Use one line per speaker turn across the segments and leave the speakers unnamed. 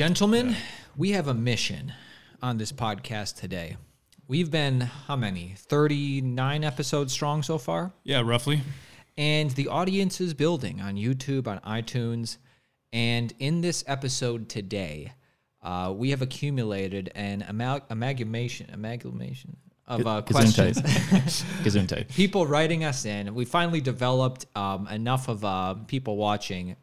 Gentlemen, we have a mission on this podcast today. We've been how many? 39 episodes strong so far.
Yeah, roughly.
And the audience is building on YouTube, on iTunes. And in this episode today, uh, we have accumulated an amal- amalgamation, amalgamation of uh, questions.
Gesundheit.
people writing us in. We finally developed um, enough of uh, people watching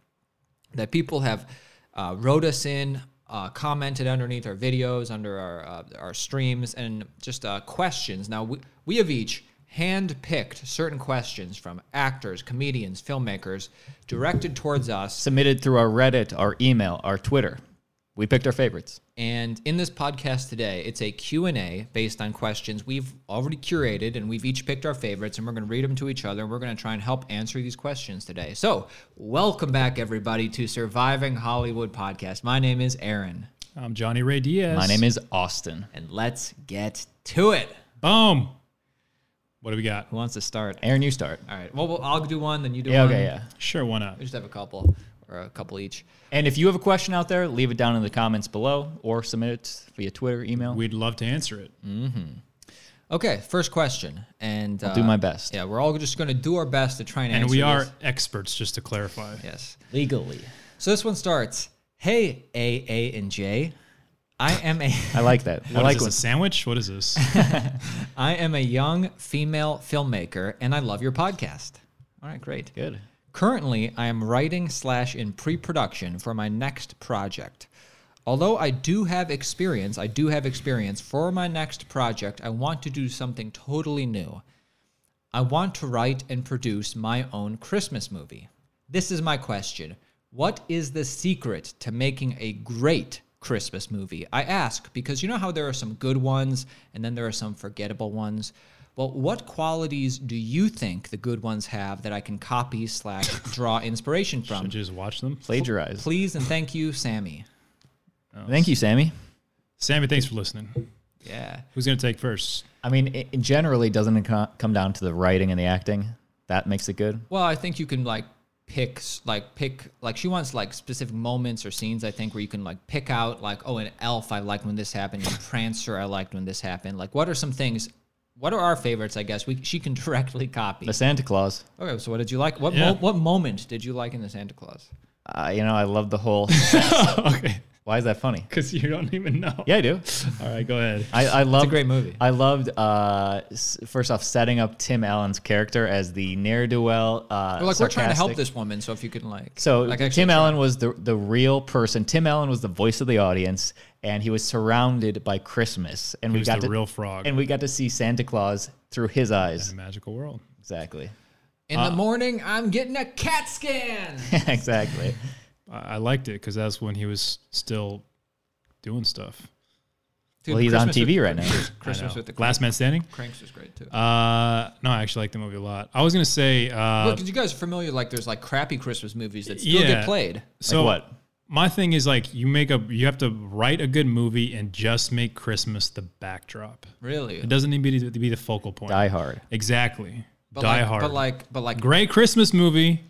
that people have uh, wrote us in, uh, commented underneath our videos, under our uh, our streams, and just uh, questions. Now we we have each handpicked certain questions from actors, comedians, filmmakers directed towards us.
Submitted through our Reddit, our email, our Twitter. We picked our favorites.
And in this podcast today, it's a Q&A based on questions we've already curated and we've each picked our favorites and we're going to read them to each other and we're going to try and help answer these questions today. So, welcome back everybody to Surviving Hollywood podcast. My name is Aaron
I'm Johnny Ray Diaz.
My name is Austin.
and let's get to it.
Boom. What do we got?
Who wants to start?
Aaron, you start.
All right. Well, well I'll do one then you do
Yeah,
one.
okay, yeah.
Sure, why not?
We just have a couple or a couple each.
And if you have a question out there, leave it down in the comments below or submit it via Twitter, email.
We'd love to answer it.
Mm.
Okay, first question and I'll
do my best.
Yeah, we're all just going to do our best to try and
And
answer
we are
this.
experts, just to clarify.
Yes.
Legally.
So this one starts, "Hey A A and J, I am a
I like that. I
What
like
is this,
when
a sandwich? What is this?
I am a young female filmmaker, and I love your podcast." All right, great.
Good.
Currently, I am writing slash in pre production for my next project. Although I do have experience, I do have experience for my next project. I want to do something totally new. I want to write and produce my own Christmas movie. This is my question. What is the secret to making a great Christmas movie? I ask because you know how there are some good ones and then there are some forgettable ones. Well, what qualities do you think the good ones have that I can copy slash draw inspiration from?
Did you just watch them?
Plagiarize.
Please and thank you, Sammy.
Thank you, Sammy.
Sammy, thanks for listening.
Yeah.
Who's going to take first?
I mean, it, it generally doesn't it co- come down to the writing and the acting. That makes it good.
Well, I think you can like pick s- like pick like she wants like specific moments or scenes I think where you can like pick out like oh an elf I liked when this happened and Prancer I liked when this happened. Like what are some things what are our favorites I guess we she can directly copy.
The Santa Claus.
Okay, so what did you like? What
Yeah.
mo- what moment did you like in the Santa Claus?
Uh, you know, I love the whole.
okay.
Why is that funny?
Because you don't even know.
Yeah, I do.
All right, go ahead.
I, I love
great movie.
I loved uh, s- first off setting up Tim Allen's character as the ne'er do well. Uh,
Well, like we're trying to help
sarcastic-
this woman, so if you can like
So
like
Tim Allen was the the real person. Tim Allen was the voice of the audience, and he was surrounded by Christmas, and
He
we
was
got
the
to
real frog
and we got to see Santa Claus through his
in
eyes.
the magical world.
Exactly,
in
uh,
the morning I'm getting a CAT scan.
exactly.
I, I liked it because that's when he was still doing stuff.
Dude,
well, he's on
Christmas
TV
with-
right now.
I
Christmas
know.
with the Cranks.
Last Man Standing?
Cranks was great too.
Uh, no, I actually like the movie a lot. I was going to say. Uh,
Look, 'cause you guys are familiar? Like, there's like crappy Christmas movies that still get
Yeah.
played.
So
what?
My thing is like you make a you have to write a good movie and just make Christmas the backdrop.
Really,
It doesn't need to be, to be the focal point.
Die Hard.
Exactly.
but
Die
like,
Hard.
But like, but like,
great Christmas movie.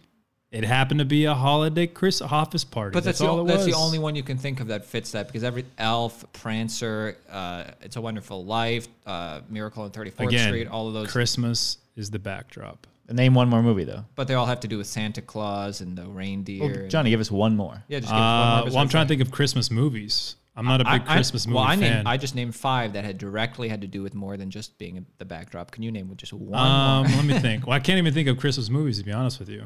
It happened to be a holiday Chris office party.
but that's,
that's,
the,
all
o-
it
that's
was.
the only one you can think of that fits that because every Elf, Prancer, uh, It's a Wonderful Life, uh, Miracle on 34th
Again,
Street, all of those.
Christmas is the backdrop.
Name one more movie though.
but they all have to do with Santa Claus and the reindeer. and-
Johnny, give us one more.
yeah, just give us one
Uh,
more
well, I'm
besides
trying to think of Christmas movies. I'm not a
that.
big Christmas movie
well, I
fan.
named, I just named five that had directly had to do with more than just being the backdrop. Can you name just one?
um, let me think. Well, I can't even think of Christmas movies to be honest with you.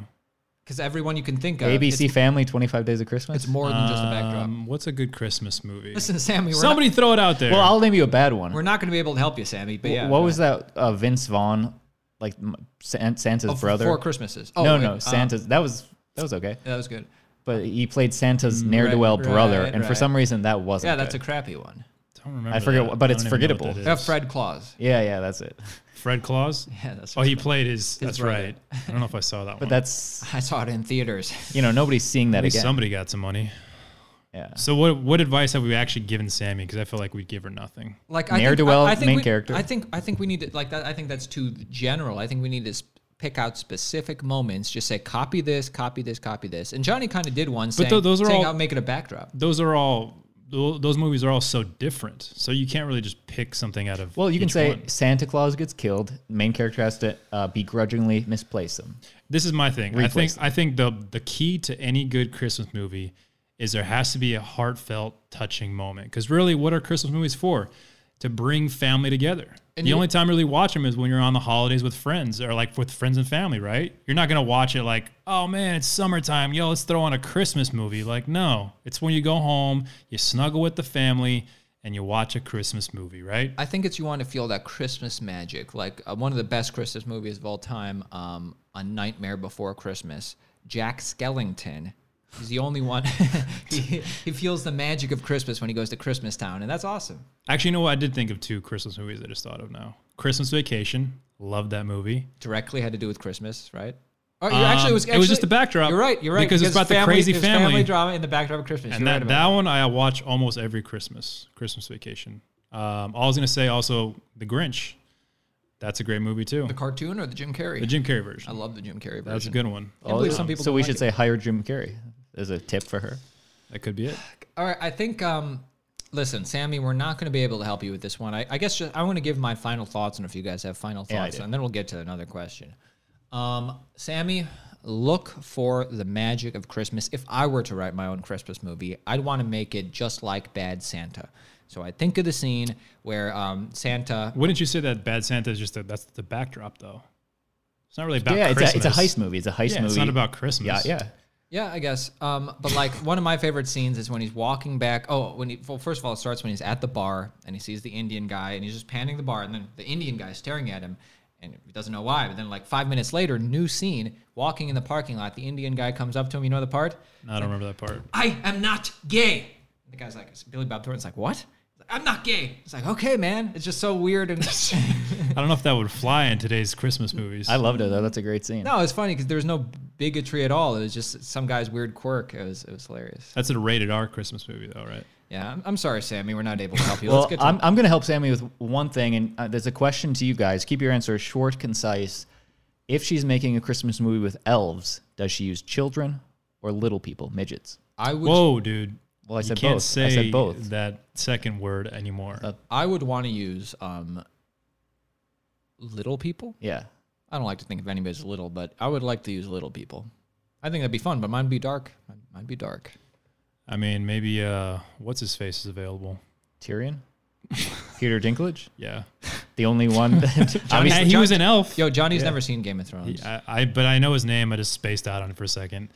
Because everyone you can think of,
ABC
it's,
Family, Twenty Five Days of Christmas.
it's more than just a backdrop.
Um, what's a good Christmas movie?
Listen, Sammy, we're not,
Somebody throw it out there.
well, I'll name you a bad one.
we're not going to be able to help you, Sammy. But
Wh-
yeah,
what
go
was that? Uh, Vince Vaughn, like m- San- Santa's
Oh, f-
brother.
Four Christmases. Oh,
no,
wait,
no,
uh,
Santa's. that was that was okay,
that was good.
but he played Santa's ne'er do well
Mm, right,
brother, and for
right.
some reason that wasn't.
Yeah, that's a
good.
crappy one.
don't remember.
I forget
that.
what- but
I
it's
don't even know what
forgettable.
that
Yeah,
is.
Fred Claus.
yeah, yeah, that's it.
Fred Claus.
Oh, Yeah, that's.
Oh, he played his. that's
brother.
right. I don't know if I saw that
But
one.
that's
I saw it in theaters.
you know nobody's seeing that
At least
again.
somebody got some money.
yeah,
So what what advice have we actually given Sammy? Because I feel like we'd give her nothing.
Like I think,
Ne'er-do-well,
I, I think
main
we,
character.
I think I think we need to like that. I think that's too general. I think we need to sp- pick out specific moments. Just say copy this, copy this, copy this. And Johnny kind of did one. But saying,
tho- those are
saying
all-
I'll make it a backdrop.
Those are all tho- those movies are all so different. So you can't really just pick something out of.
Well, you can
each
say
one.
Santa Claus gets killed. Main character has to uh, begrudgingly misplace him.
This is my thing. I think
Replace
I think the the key to any good Christmas movie is there has to be a heartfelt, touching moment. Because really, what are Christmas movies for? To bring family together. the
you-
only time you really watch them is when you're on the holidays with friends or like with friends and family, right? You're not gonna watch it like, oh man, it's summertime, yo, let's throw on a Christmas movie. Like, no, it's when you go home, you snuggle with the family, and you watch a Christmas movie, right?
I think it's you want to feel that Christmas magic. Like uh, one of the best Christmas movies of all time, um, A Nightmare Before Christmas. Jack Skellington. He's the only one. he, he feels the magic of Christmas when he goes to Christmas Town, and that's awesome.
Actually, you know what? I did think of two Christmas movies I just thought of now. Christmas Vacation, love that movie.
Directly had to do with Christmas, right? Or you actually,
Um,
it was,
it was just
actually-
the backdrop.
You're right. You're right.
Because it's about the crazy
there's
family.
drama in the backdrop of Christmas.
and
you're
that,
right
that
about
one I watch almost every Christmas, Christmas Vacation. Um, I was gonna say also The Grinch. That's a great movie too.
that. the cartoon or the Jim Carrey.
The Jim Carrey version.
I love the Jim Carrey version.
That's a good Oh, one.
Oh.
I believe some people
so
don't
we
like
should
it.
say hire Jim Carrey as a tip for her.
That could be it.
All right, I think. Um, listen, Sammy, we're not going to be able to help you with this one. I, I guess just, I want to give my final thoughts, and if you guys have final
Yeah, I
thoughts,
do.
and then we'll get to another question. Um, Sammy, look for the magic of Christmas. If I were to write my own Christmas movie, I'd want to make it just like Bad Santa. So I think of the scene where um, Santa.
Wouldn't you say that Bad Santa is just a, that's the backdrop though? It's not really about
yeah,
Christmas.
it's a, it's a heist movie. It's a heist
Yeah,
movie.
it's not about Christmas.
Yeah, yeah.
Yeah, I guess. Um, but like one of my favorite scenes is when he's walking back. Oh, when he well, first of all, it starts when he's at the bar and he sees the Indian guy and he's just panning the bar, and then the Indian guy is staring at him and he doesn't know why. But then like five minutes later, new scene, walking in the parking lot, the Indian guy comes up to him. You know the part?
I don't remember that part.
I am not gay. The guy's like Billy Bob Thornton's like what? He's like, I'm not gay. It's like okay, man. It's just so weird and
I don't know if that would fly in today's Christmas movies.
I loved it though. That's a great scene.
no, it's funny because there was no bigotry at all. It was just some guy's weird quirk. It was it was hilarious.
that's a rated R Christmas movie though, right?
Yeah, I'm, I'm sorry, Sammy. We're not able to help you.
Well,
Let's get to
I'm, I'm going to help Sammy with one thing, and uh, there's a question to you guys. Keep your answers short, concise. If she's making a Christmas movie with elves, does she use children or little people, midgets?
I would
Whoa, dude.
Well, I
you
said
can't
both.
say
I said both.
that second word anymore.
I would want to use um, little people.
Yeah.
I don't like to think of anybody as little, but I would like to use little people. I think that'd be fun, but mine'd be dark. Mine- Mine'd be dark.
I mean, maybe uh, what's his face is available.
Tyrion? Peter Dinklage?
Yeah,
The only one.
Hey,
obviously,
he
John-
was an elf.
Yo, Johnny's never seen Game of Thrones.
I, I, but I know his name. I just spaced out on it for a second.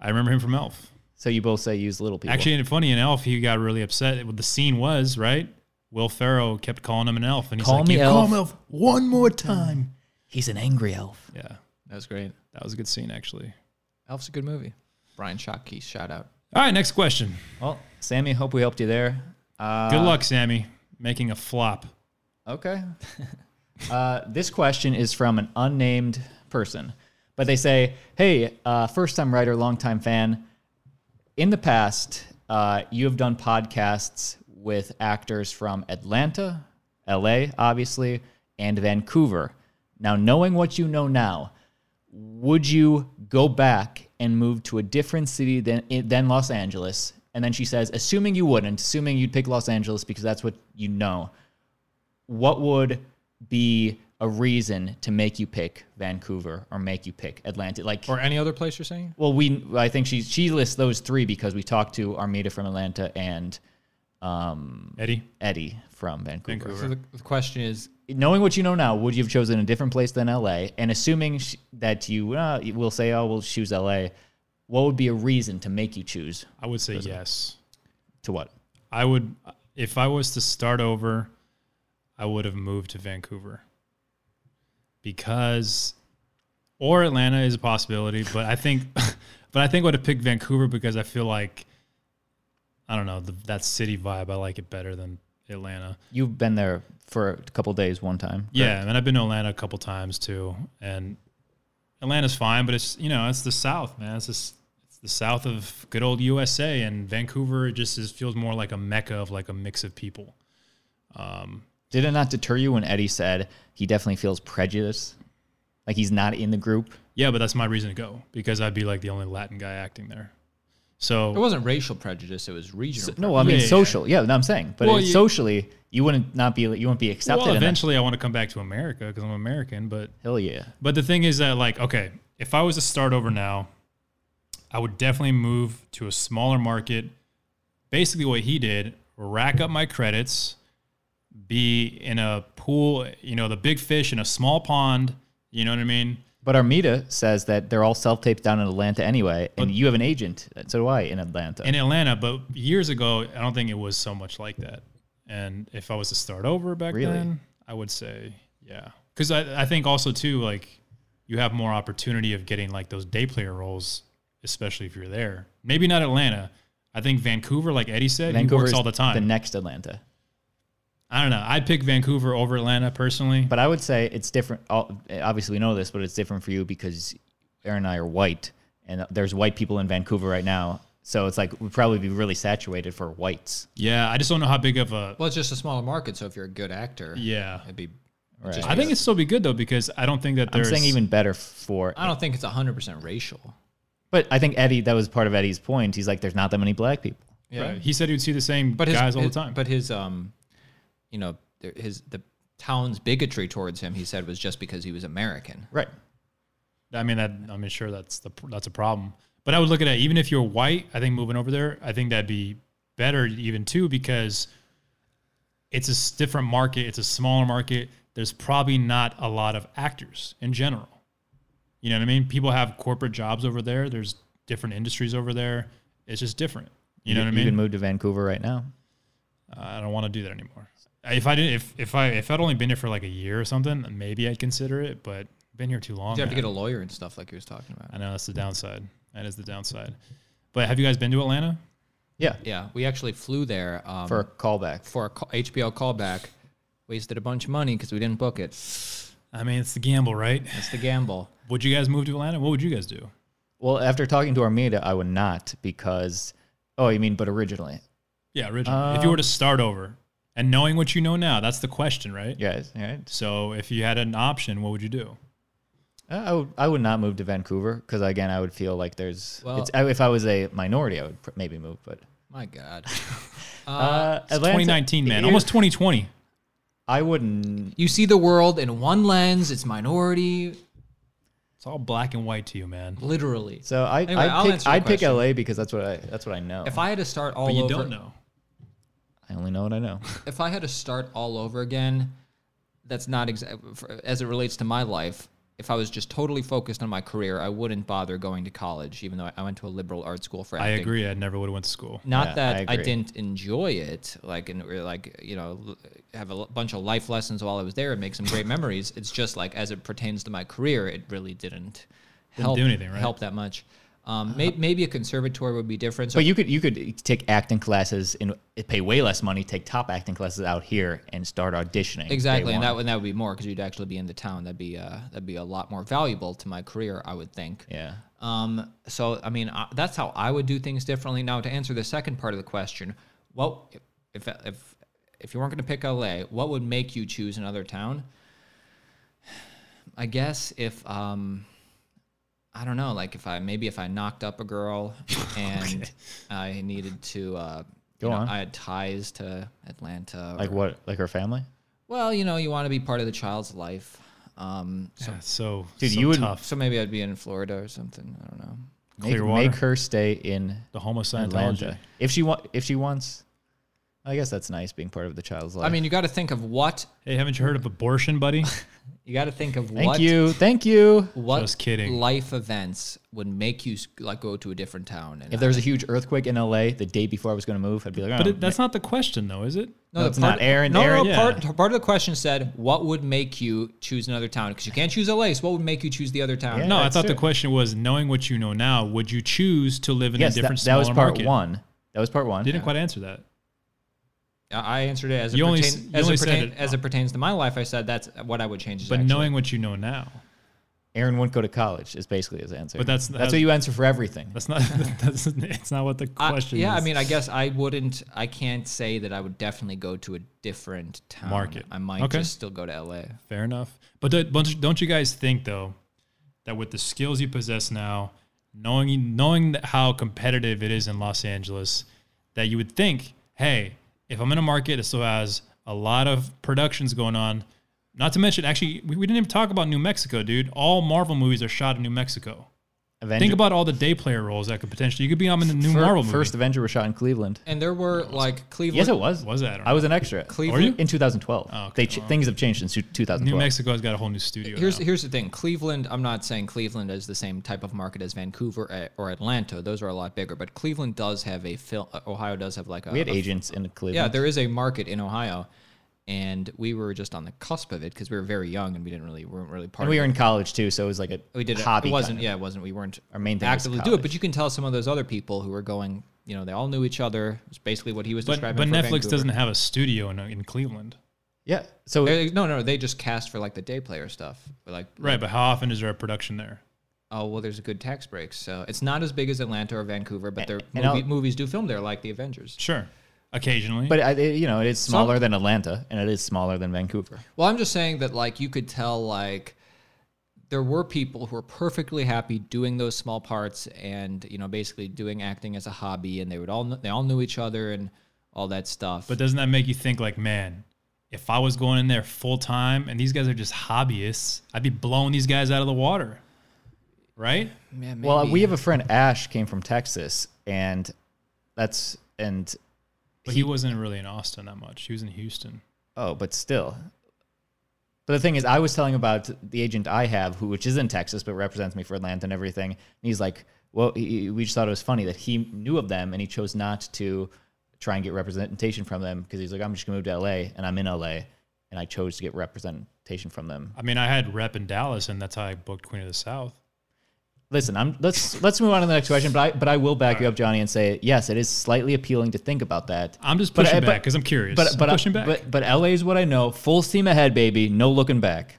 I remember him from Elf.
so you both say use little people.
Actually, and funny in Elf, he got really upset. What the scene was right. Will Ferrell kept calling him an elf, and he's
Call
like,
me
"You call
elf."
him elf one more time."
he's an angry elf.
Yeah,
That was great.
that was a good scene actually.
Elf's a good movie. Brian Schottky, shout out.
All right, next question.
Well, Sammy, hope we helped you there. Uh,
Good luck, Sammy, making a flop.
Okay. uh, this question is from an unnamed person, but they say, "Hey, uh, first-time writer, longtime fan. In the past, uh, you have done podcasts with actors from Atlanta, L.A., obviously, and Vancouver. Now, knowing what you know now, would you go back and move to a different city than than Los Angeles?" And then she says, "Assuming you wouldn't, assuming you'd pick Los Angeles because that's what you know." what would be a reason to make you pick Vancouver or make you pick Atlanta? Like,
Or any other place you're saying?
well, we I think she she lists those three because we talked to Armida from Atlanta and
Eddie,
Eddie from Vancouver.
So the, the question is,
Knowing what you know now, would you have chosen a different place than LA? And assuming sh- that you uh, will say, "Oh, we'll choose LA," what would be a reason to make you choose
I would say yes.
to what?
I would, if I was to start over, I would have moved to Vancouver because, or Atlanta is a possibility, but I think, but I think I would have picked Vancouver because I feel like, I don't know, the, that city vibe. I like it better than Atlanta.
You've been there for a couple days one time.
Yeah, and I've been to Atlanta a couple times too, and Atlanta's fine, but it's you know it's the South, man. It's just it's the South of good old USA, and Vancouver just is, feels more like a mecca of like a mix of people.
Did it not deter you when Eddie said he definitely feels prejudice, like he's not in the group?
Yeah, but that's my reason to go because I'd be like the only Latin guy acting
It
there. So
wasn't racial prejudice; it was regional.
No, I mean
Yeah, yeah,
social. Yeah, no, I'm saying, but
Well,
it's
you-
socially, you wouldn't not be you wouldn't be accepted.
well,
in that.
eventually I want to come back to America because I'm American, but
Hell yeah.
But the thing is that, like, okay, if I was to start over now, I would definitely move to a smaller market. Basically, what he did, rack up my credits, be in a pool, you know, the big fish in a small pond. You know what I mean?
But Armida says that they're all self taped down in Atlanta anyway, and you have an agent. uh, So do I in Atlanta.
In Atlanta, but years ago, I don't think it was so much like that. And if I was to start over back
Really?
then, I would say, yeah. Because I, I think also, too, like, you have more opportunity of getting like those day player roles, especially if you're there. Maybe not Atlanta. I think Vancouver, like Eddie said, he works
is
all the time.
The next Atlanta.
I don't know. I'd pick Vancouver over Atlanta personally.
But I would say it's different. all- Obviously, we know this, but it's different for you because Aaron and I are white, and there's white people in Vancouver right now. So it's like we'd probably be really saturated for whites.
yeah, I just don't know how big of a.
Well, it's just a smaller market, so if you're a good actor,
Yeah.
it'd be.
Right.
I think it'd still be good, though, because I don't think that
I'm
there's.
saying even better for.
I don't think it's 100 percent racial.
But I think Eddie, that was part of Eddie's point. He's like, there's not that many black people.
Yeah,
Right. He said he would see the same guys all the time.
But his, um, you know, th- his the town's bigotry towards him, he said, was just because he was American.
Right.
I mean that I mean sure that's the that's a problem. But I would look at it even if you're white, I think moving over there, I think that'd be better even too because it's a s- different market, it's a smaller market. There's probably not a lot of actors in general. You know what I mean? People have corporate jobs over there. There's different industries over there. It's just different. You know what I
You
mean?
can move to Vancouver right now.
I don't want to do that anymore. If I didn't, if if I if I'd only been here for like a year or something, maybe I'd consider it. But been here too long.
You have to
man.
get a lawyer and stuff like he was talking about.
I know that's the downside. That is the downside. But have you guys been to Atlanta?
Yeah.
Yeah, we actually flew there um,
For a callback.
for a ca- HBO callback. Wasted a bunch of money because we didn't book it.
I mean, it's the gamble, right?
It's the gamble.
Would you guys move to Atlanta? What would you guys do?
Well, after talking to Armida, I would not because, oh, you mean, but originally.
Yeah, originally. if you were to start over and knowing what you know now, that's the question, right?
Yes. All right.
So if you had an option, what would you do?
Uh, I would, I would not move to Vancouver because, again, I would feel like there's,
Well-
it's, I, if I was a minority, I would pr- maybe move, but.
My God,
Uh,
It's 2019, man. Almost 2020.
I wouldn't.
you see the world in one lens. It's minority,
It's all black and white to you, man.
literally.
So I,
Anyway, I'll
I'd, pick,
answer your
I'd pick
question.
LA because that's what I, that's what I know.
If I had to start all
But you
over,
don't know.
I only know what I know.
if I had to start all over again, that's not exa- as it relates to my life. If I was just totally focused on my career, I wouldn't bother going to college, even though I- I went to a liberal arts school for
I
acting.
agree. I never would have went to school.
Not
Yeah, I
that I,
agree.
didn't enjoy it, like and or, like you know, l- have a l- bunch of life lessons while I was there and make some great memories. It's just like as it pertains to my career, it really didn't, help
do anything, right?
help that much. Um, may, maybe a conservatory would be different. So
But you could you could take acting classes and pay way less money. Take top acting classes out here and start auditioning. day
Exactly, and
one.
that would that would be more because you'd actually be in the town. That'd be uh, that'd be a lot more valuable to my career, I would think.
yeah.
Um, so I mean, uh, that's how I would do things differently. Now, to answer the second part of the question, well, if if if you weren't going to pick LA, what would make you choose another town? I guess if um, I don't know, like if I maybe if I knocked up a girl and I needed to uh,
Go
you know,
on.
I had ties to Atlanta,
Like
or-
what? Like her family?
well, you know, you want to be part of the child's life. Um, so,
Yeah, so,
Dude,
so
you would-
tough.
so maybe I'd be in Florida or something. I don't know.
Make,
Clearwater?
make her stay in
The homo Scientology.
Atlanta if she want. If she wants, I guess that's nice being part of the child's life.
I mean, you got to think of what
Hey, haven't you heard of abortion, buddy?
you got to think of
thank
what
you, thank you.
what
Just kidding.
life events would make you like go to a different town. And
If there was a huge earthquake in LA the day before I was going to move, I'd be like, oh,
But it, that's not the question, though, is it?
no,
the
it's
part-
not Aaron.
No,
Aaron,
no,
Yeah.
part, part of the question said, what would make you choose another town? Because you can't choose LA, so what would make you choose the other town?
Yeah.
No, I
That's
thought the
it.
question was knowing what you know now, would you choose to live in
yes,
a different
that, that was
smaller
part
market?
one. That was part one.
Didn't quite answer that.
I I answered it as it,
You only
pertain-
s- you
as,
only
it
said
pertain-
it-
as it pertains to my life. I said that's what I would change. is
But
actually-
knowing what you know now.
Aaron wouldn't go to college is basically his answer.
But that's-
that's what you answer for everything.
That's not that's it's not what the
I-
question
yeah,
is.
I mean, I guess I wouldn't. I can't say that I would definitely go to a different town.
Market.
I might
Okay.
just still go to LA.
fair enough. But don't- don't don't you guys think though that with the skills you possess now, knowing knowing that how competitive it is in Los Angeles, that you would think, hey, if I'm in a market that still has a lot of productions going on, not to mention, actually, we, we didn't even talk about New Mexico, dude. All Marvel movies are shot in New Mexico.
Avenger,
Think about all the day player roles that could potentially you could be on in the new
fir-
Marvel movie.
first Avenger was shot in Cleveland.
And there were like Cleveland.
Yes, it was.
was that? I don't
I was an extra.
Cleveland.
in 2012.
okay.
They ch- things have changed since
know. New
2012.
Mexico's got a whole new studio.
Here's
now.
here's the thing. Cleveland. I'm not saying Cleveland is the same type of market as Vancouver eh, or Atlanta. Those are a lot bigger. But Cleveland does have a film. Ohio does have like a.
we had
a-
agents in Cleveland.
yeah, there is a market in Ohio, and we were just on the cusp of it because we were very young and we didn't really weren't really part.
and
of
we
it.
were in college too, so it was like a
we did it.
hobby.
It wasn't.
kind of.
Yeah, it wasn't. We weren't
Our main thing was
actively do it. But
college.
you can tell some of those other people who were going. You know, they all knew each other. It's basically what he was
but,
describing.
but
for
Netflix
Vancouver.
doesn't have a studio in, in Cleveland,
Yeah. So
They- no, no, they just cast for like the day player stuff. Like,
right? But how often is there a production there?
oh well, there's a good tax break, so it's not as big as Atlanta or Vancouver, but their
and I'll-
movie, movies do film there, like the Avengers.
Sure, occasionally.
But I, it, you know, it is smaller than Atlanta, and it is smaller than Vancouver.
Well, I'm just saying that like you could tell like there were people who were perfectly happy doing those small parts and you know basically doing acting as a hobby, and they would all kn- they all knew each other and all that stuff.
But doesn't that make you think like, man, if I was going in there full time and these guys are just hobbyists, I'd be blowing these guys out of the water, right?
Yeah,
Well,
uh,
maybe.
we have a friend Ash came from Texas, and that's and
But he wasn't really in Austin that much. He was in Houston.
oh, but still. But the thing is, I was telling about the agent I have, who which is in Texas, but represents me for Atlanta and everything. And he's like, well, he, we just thought it was funny that he knew of them and he chose not to try and get representation from them because he's like, I'm just gonna move to LA and I'm in LA, and I chose to get representation from them.
I mean, I had rep in Dallas, and that's how I booked Queen of the South.
Listen, I'm let's let's move on to the next question, but I but I will back you up, Johnny, and say yes, it is slightly appealing to think about that.
I'm just
But I-
pushing
but-
back because I'm curious.
But but uh,
I'm pushing back.
but but LA is what I know. Full steam ahead, baby. No looking back.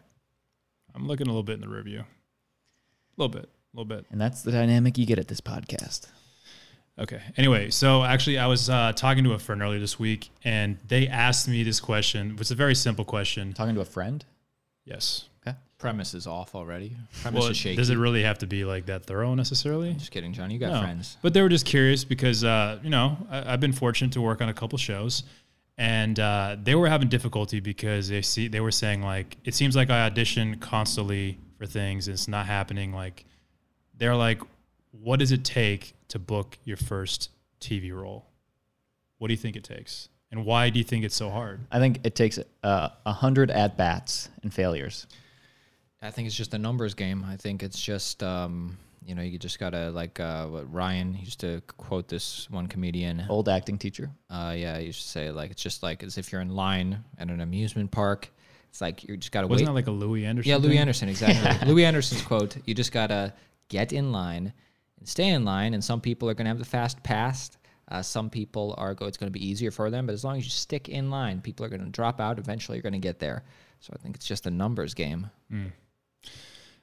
I'm looking a little bit in the review, a little bit, a little bit.
And that's the dynamic you get at this podcast.
Okay. Anyway, so actually, I was uh, talking to a friend earlier this week, and they asked me this question. It's a very simple question.
Talking to a friend.
Yes.
premise is off already. Premise
Well,
is shaky.
does it really have to be like that thorough necessarily?
just kidding, John. You got
No.
friends.
Oh. But they were just curious because, uh, you know, I, I've been fortunate to work on a couple shows, and uh, they were having difficulty because they see they were saying like it seems like I audition constantly for things and it's not happening. Like they're like, what does it take to book your first TV role? What do you think it takes, and why do you think it's so hard?
I think it takes uh, a hundred at bats and failures.
I think it's just a numbers game. I think it's just um, you know you just gotta like uh, what Ryan used to quote this one comedian.
Old acting teacher.
Uh, yeah, you should say like it's just like as if you're in line at an amusement park. It's like you just gotta
Wasn't
wait.
that like a Louis Anderson?
yeah, Louis
thing?
Anderson exactly. Louis Anderson's quote: "You just gotta get in line and stay in line." And some people are gonna have the fast pass. Uh, some people are go. It's gonna be easier for them, but as long as you stick in line, people are gonna drop out. Eventually, you're gonna get there. So I think it's just a numbers game.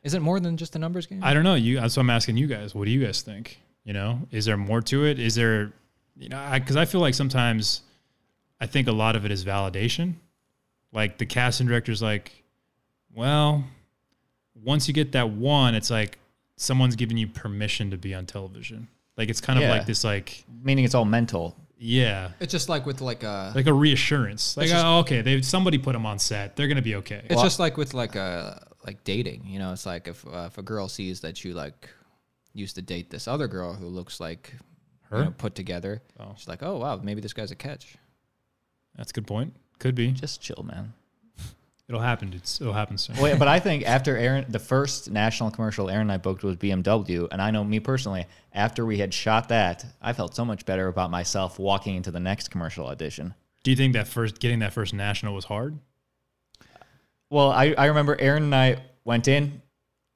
Is it more than just a numbers game?
I don't know. You. So I'm asking you guys. What do you guys think? You know, is there more to it? Is there, you know, because I, feel like sometimes, I think a lot of it is validation. Like the casting director's like, well, once you get that one, it's like someone's giving you permission to be on television. Like it's kind of
Yeah.
like this, like
Meaning it's all mental.
yeah,
it's just like with like uh, a.
like a reassurance. Like
It's just-
oh, okay, they somebody put them on set. They're gonna be okay.
It's just like with like a like dating, you know. It's like if uh, if a girl sees that you like used to date this other girl who looks like her
Her?
put together,
Oh.
she's like, oh wow, maybe this guy's a catch.
That's a good point. Could be.
Just chill, man.
It'll happen. dude. It'll happen soon.
Wait, but I think after Aaron, the first national commercial Aaron and I booked was BMW, and I know me personally. After we had shot that, I felt so much better about myself walking into the next commercial audition.
Do you think that first getting that first national was hard?
Well, I, I remember Aaron and I went in,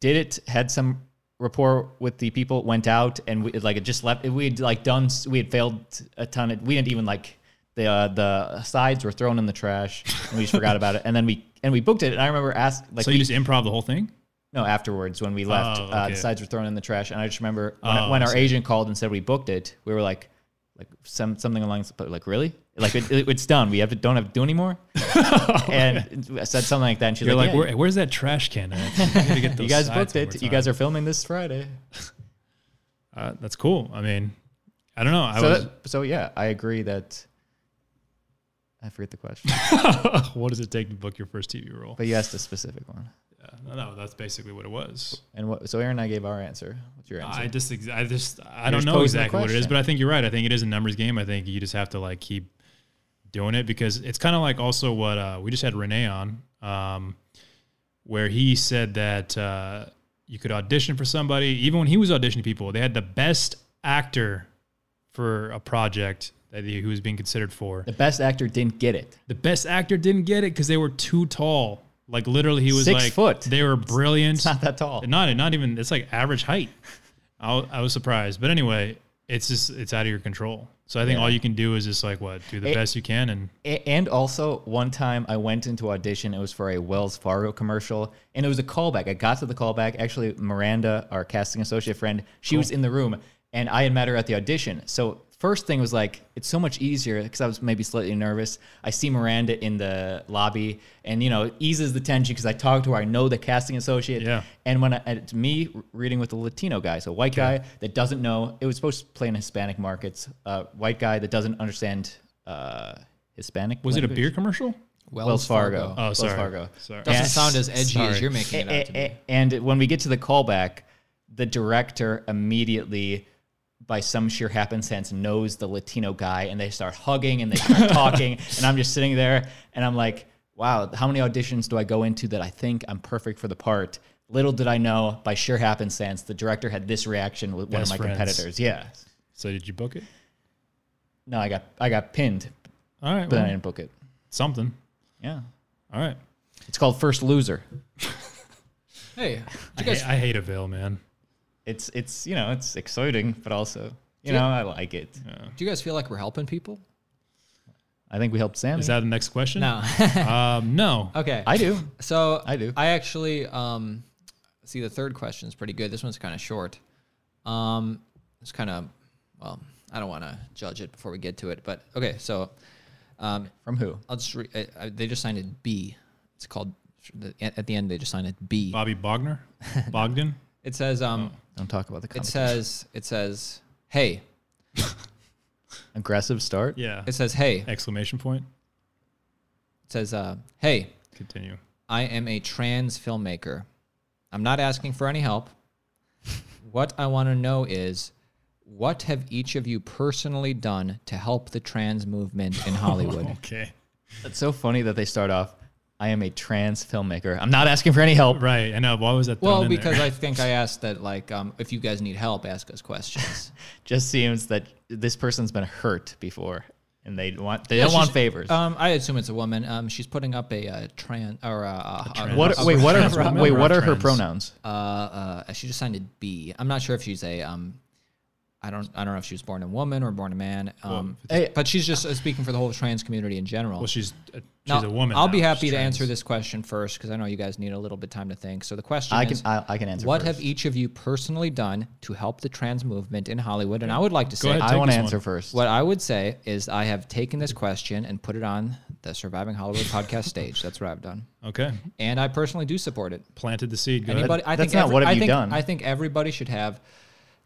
did it, had some rapport with the people, went out, and we, like it just left. We had like done, we had failed a ton. Of, we didn't even like the uh, the sides were thrown in the trash, and we just forgot about it. And then we and we booked it. And I remember asked like
so you just improv the whole thing?
no afterwards when we left,
Oh,
uh,
okay.
the sides were thrown in the trash. And I just remember when,
Oh,
when
I
our
see.
agent called and said we booked it, we were like like some something along but like really like it, it- it's done. We have to don't have to do anymore. and I said something like that, and she's
You're like,
like, yeah,
Where, where's that trash can? at?" I need to get
you
those
guys
sides
booked
one more
it. You
time."
guys are filming this Friday.
uh, that's cool. I mean, I don't know. I
so,
was,
that, so yeah, I agree that. I forget the question,
what does it take to book your first TV role?
but you asked a specific one.
Yeah, no, that's basically what it was.
And what? So Aaron and I gave our answer. What's your answer?
I just, ex- I just, I
You're
don't
just
know
posing the
exactly what it is,
question.
but I think you're right. I think it is a numbers game. I think you just have to like keep doing it because it's kind of like also what uh, we just had Renee on, um, where he said that uh, you could audition for somebody. Even when he was auditioning people, they had the best actor for a project that he, who was being considered for.
the best actor didn't get it.
The best actor didn't get it because they were too tall. Like literally, he was
Six
like
foot.
They were brilliant.
Not that tall.
Not not even. It's like average height. I, wa- I was surprised, but anyway, it's just it's out of your control. So I think all you can do is just like what do the
It-
best you can, and
A- And also, one time I went into audition. It was for a Wells Fargo commercial, and it was a callback. I got to the callback. Actually, Miranda, our casting associate friend, she was in the room, and I had met her at the audition. So first thing was like, it's so much easier because I was maybe slightly nervous. I see Miranda in the lobby, and you know, it eases the tension because I talked to her. I know the casting associate.
Yeah.
And when I, it's me reading with a Latino guy, so white guy that doesn't know, it was supposed to play in Hispanic markets. Uh, white guy that doesn't understand uh, Hispanic.
was it a
language.
beer commercial?
Wells Fargo?
Oh,
Wells
sorry.
Fargo.
Sorry.
Doesn't
Yes.
sound as edgy
Sorry.
as you're making it
Eh, eh,
out to be.
eh, And when we get to the callback, the director immediately, by some sheer happenstance, knows the Latino guy, and they start hugging and they start talking, and I'm just sitting there, and I'm like, wow, how many auditions do I go into that I think I'm perfect for the part? Little did I know, by sheer happenstance, the director had this reaction with one
Best
of my
friends.
competitors. Yeah.
So did you book it?
No, I got I got pinned,
All right,
but I
well,
didn't book it.
something.
Yeah.
All right.
It's called First Loser.
Hey,
I,
did you guys,
ha- I hate a veil, man.
It's it's you know, it's exciting, but also
Yeah.
you know, I like it.
do you guys feel like we're helping people?
I think we helped Sammy.
Is that the next question?
No.
Um, no.
okay.
I do.
So
I do.
I actually um, see the third question is pretty good. This one's kind of short. Um, it's kind of well, I don't want to judge it before we get to it, but okay. So um,
From who?
I'll just re- I, I, they just signed it B. It's called the, at at the end they just signed it B.
Bobby Bogner, Bogdan.
It says um,
Don't talk about the
it
competition.
says it says hey,
aggressive start.
Yeah.
it says hey, it
Exclamation point.
says uh, hey.
Continue.
I am a trans filmmaker. I'm not asking for any help. what I want to know is what have each of you personally done to help the trans movement in Hollywood?
Okay.
It's so funny that they start off. I am a trans filmmaker. I'm not asking for any help.
Right. I know. Why was that? thrown
well,
in
because
there?
I think I asked that, like, um, if you guys need help, ask us questions.
Just seems that this person's been hurt before, and they want they
Yeah,
don't want
she's-
favors.
Um, I assume it's a woman. Um, she's putting up a, uh trans or a, a,
trans-
what?
a-
wait. What are?
trans-
wait. What are her
trans.
pronouns?
uh, uh, she just signed a B. I'm not sure if she's a um, I don't I don't know if she was born a woman or born a man. Um,
Hey.
but she's just uh, speaking for the whole trans community in general.
Well, she's a, she's
Now,
a woman.
I'll
now.
be happy
She's
to
trans.
answer this question first because I know you guys need a little bit time to think. So the question
I can.
is,
I, I can answer.
what
first.
have each of you personally done to help the trans movement in Hollywood? And I would like to say,
ahead.
I
Take
want to
this one.
answer first.
what I would say is, I have taken this question and put it on the Surviving Hollywood podcast stage. That's what I've done,
Okay,
and I personally do support it.
planted the seed. Go ahead.
Anybody, I
That's
think
not
every-
what have
I
you
think-
done.
I think everybody should have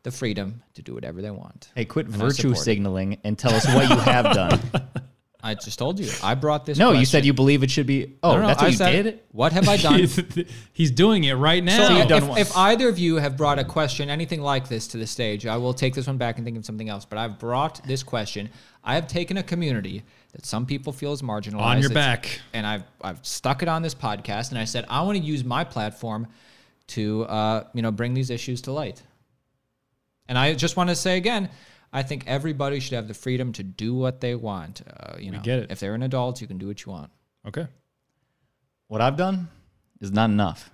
the freedom to do whatever they want.
Hey, quit
And I
virtue
support it.
signaling and tell us what you have done.
I just told you, I brought this.
No, you
question-
said you believe it should be. Oh,
No, no, no,
that's what
I
you
said,
did.
What have I done?
He's doing it right now.
So
you've done
if,
one.
if either of you have brought a question, anything like this, to the stage, I will take this one back and think of something else. But I've brought this question. I have taken a community that some people feel is marginalized
on your
it's-
back.
and I've I've stuck it on this podcast. And I said I want to use my platform to uh, you know bring these issues to light. And I just want to say again. I think everybody should have the freedom to do what they want. Uh, you know,
get it.
if they're an adult, you can do what you want.
Okay.
what I've done is not enough.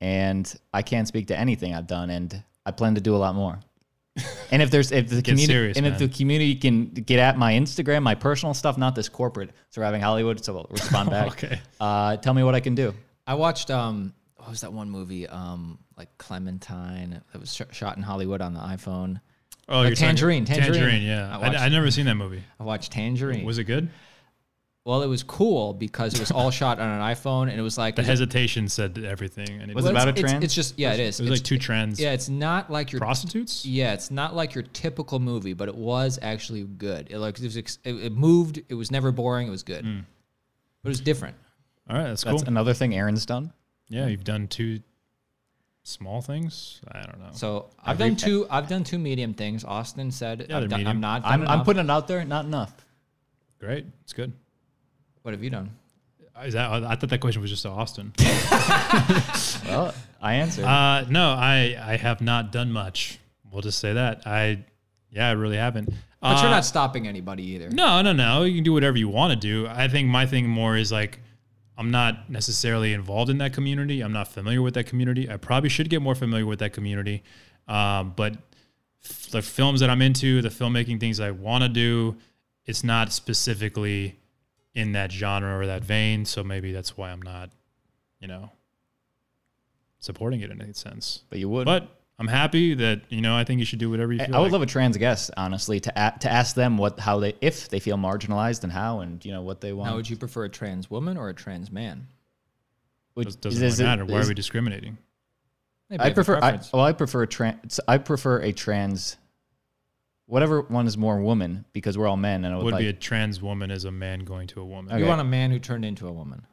And I can't speak to anything I've done and I plan to do a lot more. And if there's if the community
serious,
and if
man.
the community can get at my Instagram, my personal stuff, not this corporate surviving Hollywood, so I'll respond back.
Okay.
Uh, tell me what I can do.
I watched um what was that one movie um like Clementine that was sh- shot in Hollywood on the iPhone.
Oh,
Like
you're talking-
Tangerine, Tangerine.
Yeah,
I
I,
watched-
I, never seen that movie.
I watched Tangerine.
Was it good?
Well, it was cool because it was all shot on an iPhone, and it was like
The hesitation said everything, and it was,
Was
Well,
about
it's-
a
it's-
trans?
It's just yeah, it is.
it was
It's-
like two trends.
Yeah, it's not like your
prostitutes.
Yeah, it's not like your typical movie, but it was actually good. It like it, was, ex- it, it moved. It was never boring. It was good.
Mm.
But it was different.
All right, that's,
That's
cool.
another thing Aaron's done.
yeah, you've done two small things. I don't know.
So I've done two. I've done two medium things. Austin said
Yeah,
I've
they're
done- I'm
medium.
not. Done
I'm, I'm
enough.
putting it out there. Not enough.
Great, it's good.
What have you done?
Is that? I thought that question was just to Austin.
Well, I answered.
Uh, no, I I have not done much. We'll just say that. I yeah, I really haven't.
But you're
Uh,
not stopping anybody either.
No, no, no. You can do whatever you want to do. I think my thing more is like I'm not necessarily involved in that community. I'm not familiar with that community. I probably should get more familiar with that community. Um, but f- the films that I'm into, the filmmaking things I want to do, it's not specifically in that genre or that vein. So maybe that's why I'm not, you know, supporting it in any sense.
but you would.
But I'm happy that you know. I think you should do whatever you
I,
feel.
I
like.
would love a trans guest, honestly, to a, to ask them what how they if they feel marginalized and how and you know what they want.
Now, would you prefer a trans woman or a trans man?
Would-
It doesn't
is- is
really
it-
matter. Why
is-
are we discriminating?
Maybe
I oh,
have a
prefer. I,
preference.
well, I prefer a trans. I prefer a trans. Whatever one is more woman because we're all men and I would,
would
like.
be a trans woman as a man going to a woman.
You
okay.
want a man who turned into a woman,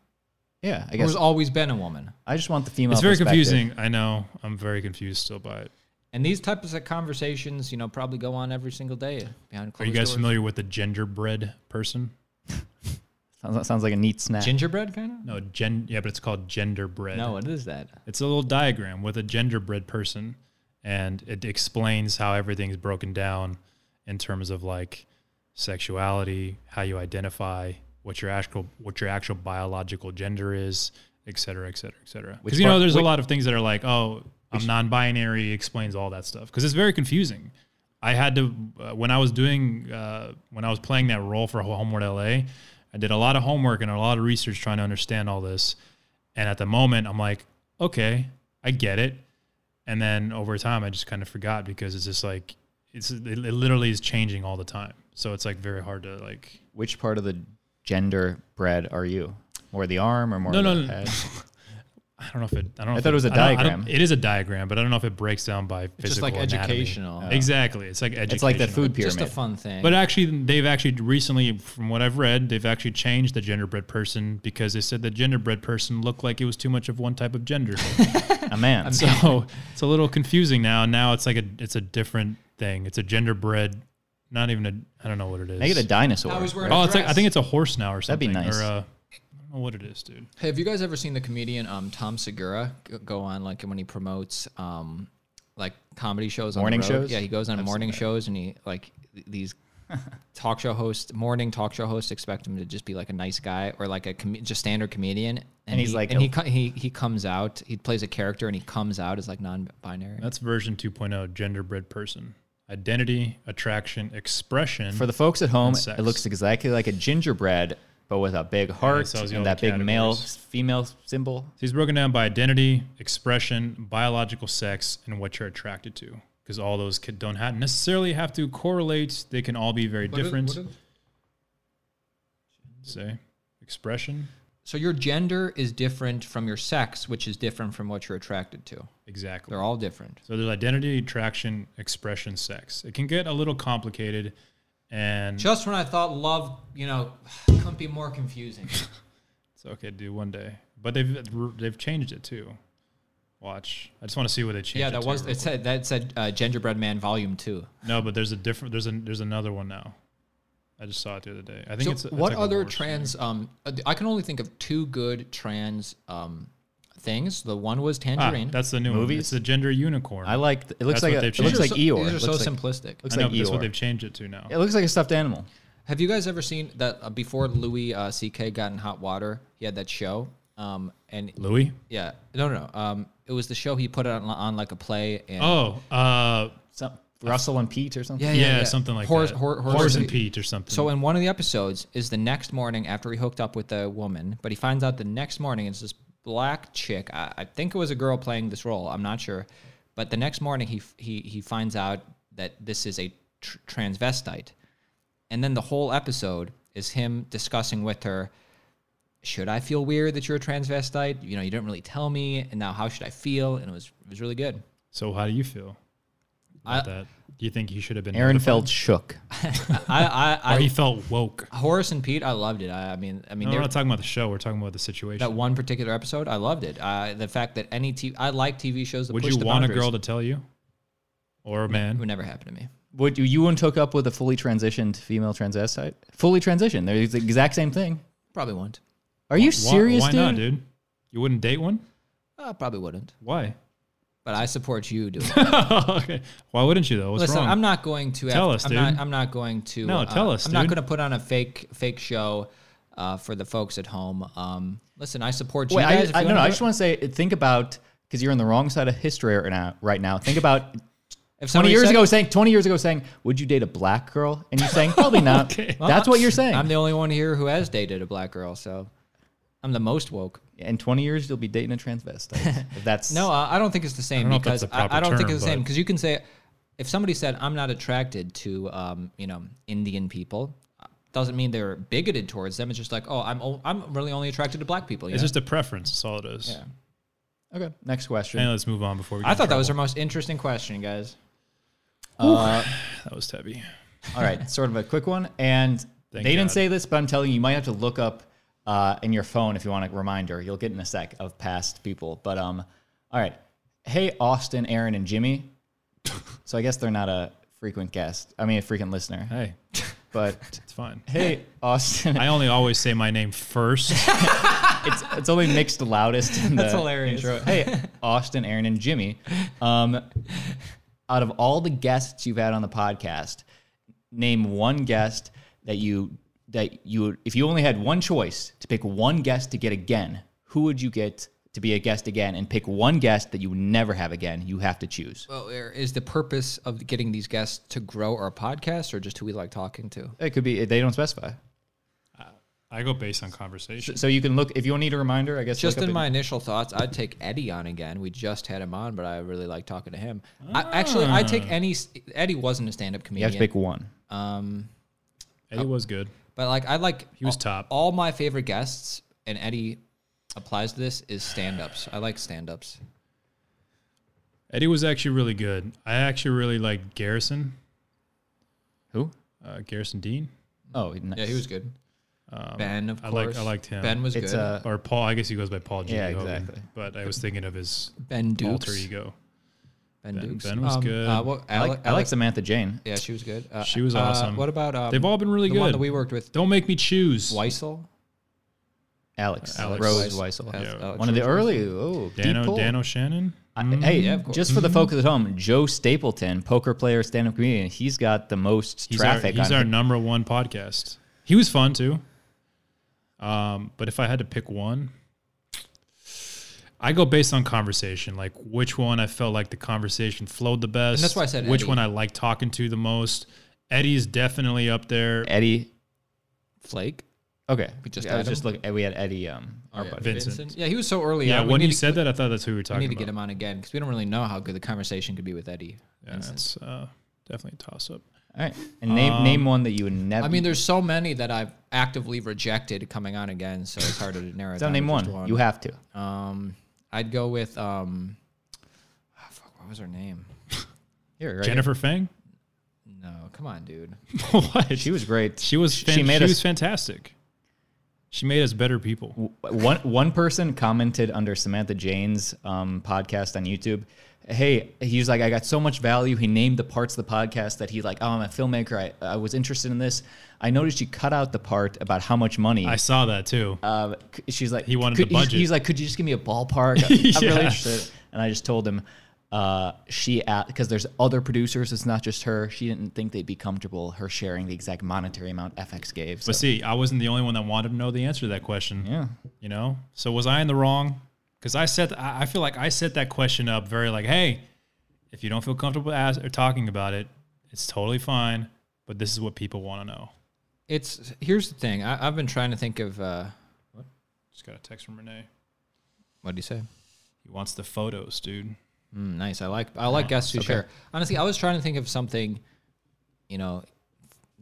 yeah, I guess
who's always been a woman.
I just want the female.
It's very
perspective.
confusing. I know. I'm very confused still by it.
And these types of conversations, you know, probably go on every single day behind
Are
closed
you guys
doors.
familiar with the genderbread person?
Sounds, sounds like a neat snack.
Gingerbread, kind of.
No, gen. Yeah, but it's called genderbread.
No, what is that?
It's a little diagram with a genderbread person, and it explains how everything's broken down in terms of like sexuality, how you identify, what your actual what your actual biological gender is, et cetera, et cetera, et cetera.
Which
Because you
part-
know, there's
which-
a lot of things that are like, oh, I'm non-binary, explains all that stuff because it's very confusing. I had to uh, when I was doing uh, when I was playing that role for Homeward LA, I did a lot of homework and a lot of research trying to understand all this. And at the moment, I'm like, okay, I get it. And then over time, I just kind of forgot because it's just like it's it it literally is changing all the time. So it's like very hard to like.
Which part of the gender bread are you? More the arm or more
No,
the
no, no.
head?
I don't know if it. I don't. Know
I
if
thought it was a
I don't- I don't-
diagram.
it is a diagram, but I don't know if it breaks down by physical.
It's just like
anatomy.
educational.
Exactly. It's like educational.
It's like the food
Just
pyramid.
a fun thing.
But actually, they've actually recently, from what I've read, they've actually changed the genderbread person because they said the genderbread person looked like it was too much of one type of gender.
a man.
so it's a little confusing now. Now it's like a it's a different thing. It's a genderbread, not even a I don't know what it is.
Make it a dinosaur.
I was wearing-
oh, it's like
dress.
I think it's a horse now or
That'd be
something.
nice.
Or uh, I don't know what it is, dude.
Hey, have you guys ever seen the comedian um, Tom Segura g- go on like when he promotes um, like comedy shows on the
Morning
road?
shows?
Yeah, he goes on morning shows and he like th- these talk show hosts, morning talk show hosts expect him to just be like a nice guy or like a com- just standard comedian. And,
he's
he-
like
and
a-
he, co- he he comes out, he plays a character, and he comes out as like non-binary.
That's version 2.0 genderbread person. Identity, attraction, expression.
For the folks at home,
And sex.
it looks exactly like a gingerbread, but with a big heart
tells you
and
all
that
the
big male
categories.
female symbol.
So he's broken down by identity, expression, biological sex, and what you're attracted to. Because all those could, don't have, necessarily have to correlate. They can all be very different. Say, expression,
so your gender is different from your sex, which is different from what you're attracted to.
exactly.
They're all different.
So there's identity, attraction, expression, sex. It can get a little complicated, and
Just when I thought love, you know, couldn't be more confusing.
it's okay to do one day. But they've they've changed it too. Watch. I just want to see what they changed.
Yeah,
it
that
to
was
real
it. Said that said uh, Gingerbread Man Volume Two.
quick. No, but there's a different. There's a there's another one now. I just saw it the other day. I think
So,
it's it's
what
like a
other
horse thing.
trans? Um, uh, I can only think of two good trans um things. The one was
Ah,
Tangerine.
that's the new
Movies?
one. It's the gender unicorn.
I like. It looks
That's
like
what
a,
they've
it looks
changed.
like
These are so-
Eeyore.
These are so
looks like,
simplistic.
I
Looks
know
like
but that's what
Eeyore.
they've changed it to now.
It looks like a stuffed animal.
Have you guys ever seen that uh, before Louis uh, C.K. got in hot water? He had that show. Um, and
Louis.
yeah, no, no, no. Um, it was the show he put on, on like a play. And,
Oh, uh,
Some, Russell and Pete or something.
yeah, something like
Horse-
that.
hor-
Horse and Pete or something.
So in one of the episodes is the next morning after he hooked up with a woman, but he finds out the next morning it's this black chick. I, I think it was a girl playing this role. I'm not sure, but the next morning he f- he he finds out that this is a tr- transvestite, and then the whole episode is him discussing with her, should I feel weird that you're a transvestite? You know, you didn't really tell me, and now how should I feel? And it was it was really good.
So how do you feel
I-
about that? Do you think he should have been
Aaron
notified?
felt shook.
I I, I
or he felt woke?
Horace and Pete, I loved it. I, I mean, I mean,
No, we're
there-
not talking about the show. We're talking about the situation.
that one particular episode, I loved it. Uh, the fact that any TV, I like TV shows that
Would
push
you
the
want a
boundaries.
girl to tell you, or a
It would
man?
never happen to me.
Would you, you wouldn't hook up with a fully transitioned female transvestite? Fully transitioned. They're the exact same thing.
Probably won't.
Are you
Why-
serious,
why
dude?
not, dude? You wouldn't date one?
Uh, probably wouldn't.
Why?
But I support you doing. it.
okay. Why wouldn't you though? What's
Listen,
wrong?
I'm not going to
Tell
have-
us,
I'm
dude.
Not, I'm not going to.
No,
uh,
tell us,
I'm not
dude.
going to put on a fake fake show uh, for the folks at home. Um, listen, I support you
Wait,
guys. if
I, I,
you
no, no,
wanna
I
do
just
it.
want to say, think about because you're on the wrong side of history right now. Right now, think about
If
20
somebody
years
said-
ago saying 20 years ago saying, "Would you date a black girl?" and you're saying, "Probably not."
Okay.
That's what you're saying.
I'm the only one here who has dated a black girl, so I'm the most woke.
In 20 years, you'll be dating a transvestite. If that's
No, uh, I don't think it's the same
don't know if that's
because
the
I, I
proper
don't think
term,
it's the same
but-
because you can say if somebody said I'm not attracted to um, you know Indian people doesn't mean they're bigoted towards them. It's just like oh I'm o- I'm really only attracted to black people. you
It's
know?
just a preference. That's all it is.
Yeah.
Okay, next question.
And let's move on before we. Get
I
in
thought that was our
trouble.
most interesting question, guys.
Uh,
that was heavy.
all right, sort of a quick one. And
Thank
they didn't
God.
say this, but I'm telling you, you might have to look up uh, in your phone if you want a reminder. You'll get in a sec of past people. But um, all right. Hey, Austin, Aaron, and Jimmy. So I guess they're not a frequent guest. I mean, a frequent listener.
Hey,
But
it's fine.
hey, Austin,
I only always say my name first.
it's it's only mixed loudest in the
That's hilarious.
intro. Hey, Austin, Aaron, and Jimmy. Um, out of all the guests you've had on the podcast, name one guest that you that you if you only had one choice to pick one guest to get again, who would you get to be a guest again? And pick one guest that you would never have again. You have to choose.
Well, er, is the purpose of getting these guests to grow our podcast or just who we like talking to?
It could be they don't specify.
I go based on conversation.
So you can look if you need a reminder. I guess
Just
look up
in my initial thoughts, I'd take Eddie on again. We just had him on, but I really like talking to him. I, actually, I
Ah.
take any. s- Eddie wasn't a stand-up
You
comedian, Um,
have to pick one.
Eddie was good.
but like I like
He was
all,
top.
All my favorite guests, and Eddie applies to this is stand-ups. I like stand-ups.
Eddie was actually really good. I actually really liked Garrison.
Who?
Uh, Garrison Dean
Oh, nice.
Yeah, he was good. ben, of
Um, I liked-
course.
I liked him.
Ben was
It's
good.
uh,
or Paul. I guess he goes by Paul. G.
Yeah,
Hogan,
exactly.
But I was thinking of his
ben Dukes.
alter ego.
Ben,
Ben-
Dukes.
Ben was good.
Uh, well,
I like, I like
Alex-
Samantha Jane.
Yeah, she was good. Uh,
She was
uh,
awesome.
what about um,
They've all been really
the
good.
one that we worked with?
Don't make me choose.
Weissel,
Alex,
Alex.
Rose Weisel.
Alex-
Yeah.
Alex
One of the
Rose.
early, oh, deep
Dano
pull.
Dan O'Shannon.
I- hey,
Yeah, of course.
just for the folks at home, Joe Stapleton, poker player, stand-up comedian, he's got the most
He's
traffic.
Our, he's
on
our
him.
number one podcast. He was fun too. Um, but if I had to pick one, I go based on conversation, like which one I felt like the conversation flowed the best.
And that's why I said
which
Eddie.
one I like talking to the most. Eddie's definitely up there.
Eddie.
Flake,
Okay,
We just
I was
had
just looking. We had Eddie. Um, our buddy.
Vincent.
Yeah, he was so early.
yeah,
on. We
when
need
you
to-
said that, I thought that's who we were
we
talking
need to
about.
get him on again because we don't really know how good the conversation could be with Eddie.
yeah, that's uh, definitely a toss up.
All right, and name name
Um,
one that you would never.
I mean, there's so many that I've actively rejected coming on again, so it's harder to narrow. it
so
down
name
to just
one. You have to.
um, I'd go with um, ah, fuck, what was her name?
Here, right
Jennifer Fang.
No, come on, dude.
what?
here. She was great.
She was.
She
fan- she
made us-
was fantastic. She made us better people.
one one person commented under Samantha Jane's um, podcast on YouTube. Hey, he's like, I got so much value. He named the parts of the podcast that he like. Oh, I'm a filmmaker. I, I was interested in this. I noticed you cut out the part about how much money.
I saw that too.
uh, c- she's like,
He wanted the
could- he's-
budget.
He's, like, could you just give me a ballpark? I'm really
Yeah.
interested. And I just told him, uh, she because there's other producers. It's not just her. She didn't think they'd be comfortable her sharing the exact monetary amount FX gave. So.
But see, I wasn't the only one that wanted to know the answer to that question.
Yeah.
You know? So was I in the wrong? Because I set, I I feel like I set that question up very like, hey, if you don't feel comfortable ask, or talking about it, it's totally fine. But this is what people want to know.
It's here's the thing. I, I've been trying to think of uh,
Just got a text from Renee.
what do you say?
He wants the photos, dude.
Mm, nice. I like I like guests who share. Honestly, I was trying to think of something, you know,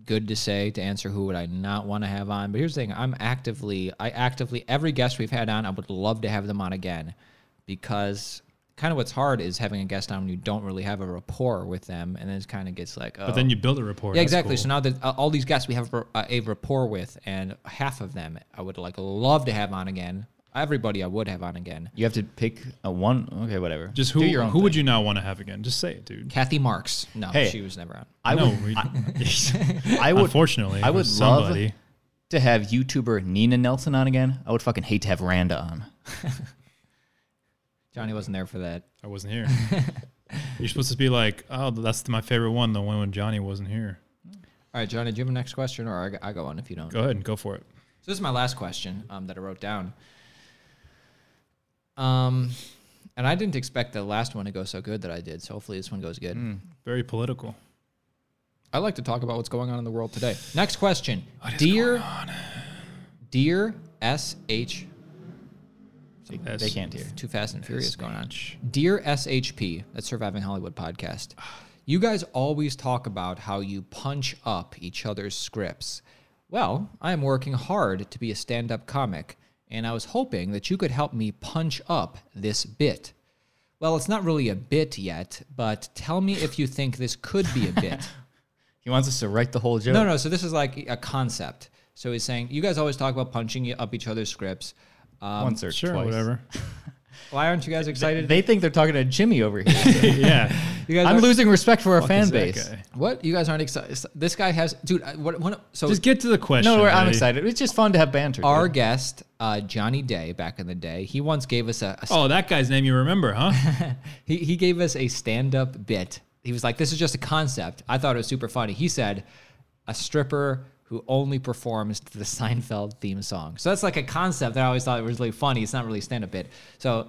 good to say to answer who would I not want to have on. But here's the thing: I'm actively, I actively every guest we've had on, I would love to have them on again, because kind of what's hard is having a guest on when you don't really have a rapport with them, and then it kind of gets like, oh,
But then you build a report.
yeah, exactly. So now that uh, all these guests we have a- uh, a rapport with, and half of them I would like love to have on again. Everybody I would have on again.
You have to pick a one. Okay, whatever.
just who
Do your own
who
thing.
would you not want to have again? Just say it, dude.
Kathy Marks. No,
Hey.
she was never on.
I
no,
would.
we-
I would.
unfortunately,
I
for
would
somebody.
love to have YouTuber Nina Nelson on again. I would fucking hate to have Randa on.
Johnny wasn't there for that.
I wasn't here. You're supposed to be like, oh, that's my favorite one, the one when Johnny wasn't here.
All right, Johnny, do you have a next question, or I g- I go on if you don't?
Go ahead and go for it.
So this is my last question um, that I wrote down. Um, and I didn't expect the last one to go so good that I did. So hopefully this one goes good.
Very political.
I like to talk about what's going on in the world today. Next question, dear, dear SH,
Yes.
They can't hear.
too fast and furious going on. Dear SHP, that's Surviving Hollywood podcast. You guys always talk about how you punch up each other's scripts. Well, I am working hard to be a stand up comic, and I was hoping that you could help me punch up this bit. Well, it's not really a bit yet, but tell me if you think this could be a bit.
He wants us to write the whole joke.
No, no. So this is like a concept. So he's saying, you guys always talk about punching up each other's scripts. Um,
Once or
Sure,
twice.
whatever.
why aren't you guys excited?
They think they're talking to Jimmy over here.
yeah.
You guys
I'm
aren't-
losing respect for our fan
Is that
base.
guy?
What you guys aren't excited? This guy has, dude. I- What? what so
Just get to the question.
No, we're, I'm
buddy.
excited. It's just fun to have banter. dude.
our guest uh, Johnny Day back in the day, he once gave us a, a-
Oh, that guy's name you remember, huh?
he he gave us a stand up bit. He was like, "This is just a concept." I thought it was super funny. He said, "A stripper." Who only performs to the Seinfeld theme song? So that's like a concept that I always thought was really funny. It's not really a stand-up bit, so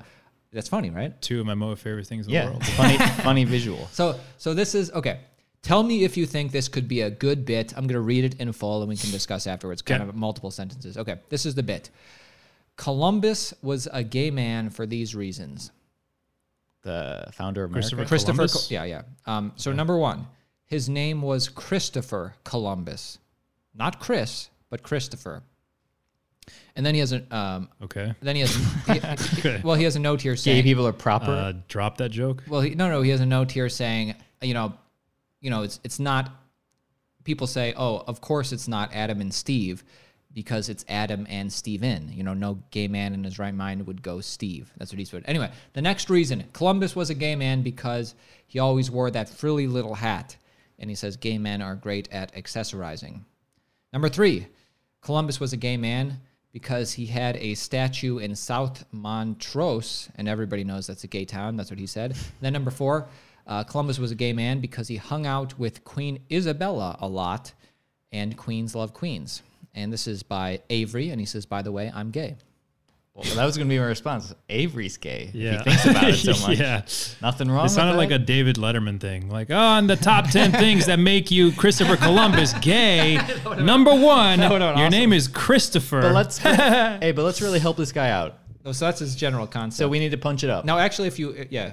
that's funny, right?
Two of my most favorite things in the
yeah,
world.
funny, funny visual.
So so this is okay. Tell me if you think this could be a good bit. I'm going to read it in full and we can discuss afterwards, kind
Yeah.
of multiple sentences. Okay, this is the bit. Columbus was a gay man for these reasons.
The founder of America.
Christopher-
Christopher, Col-
Columbus?
yeah, yeah. Um, so number one, his name was Christopher Columbus, not Chris, but Christopher. And then he has a um,
Okay.
then he has he-
Okay.
well he has a note here
Gay
saying
people are proper.
Uh, drop that joke.
Well, he, no, no, he has a note here saying, you know, you know, it's it's not. People say, oh, of course it's not Adam and Steve, because it's Adam and Steven. You know, no gay man in his right mind would go Steve. That's what he's put. Anyway, the next reason Columbus was a gay man because he always wore that frilly little hat, and he says gay men are great at accessorizing. Number three, Columbus was a gay man because he had a statue in South Montrose, and everybody knows that's a gay town. That's what he said. then number four, uh, Columbus was a gay man because he hung out with Queen Isabella a lot, and queens love queens. And this is by Avery, and he says, "By the way, I'm gay."
well, that was going to be my response. Avery's gay.
Yeah.
He thinks about it so much.
yeah.
Nothing wrong
It sounded like
with
a David Letterman thing. Like, oh, and the top 10 things that make you Christopher Columbus gay. Number one, your name is Christopher.
But let's, hey, but let's really help this guy out.
Oh, So that's his general concept.
So we need to punch it up.
now, actually, if you uh, yeah,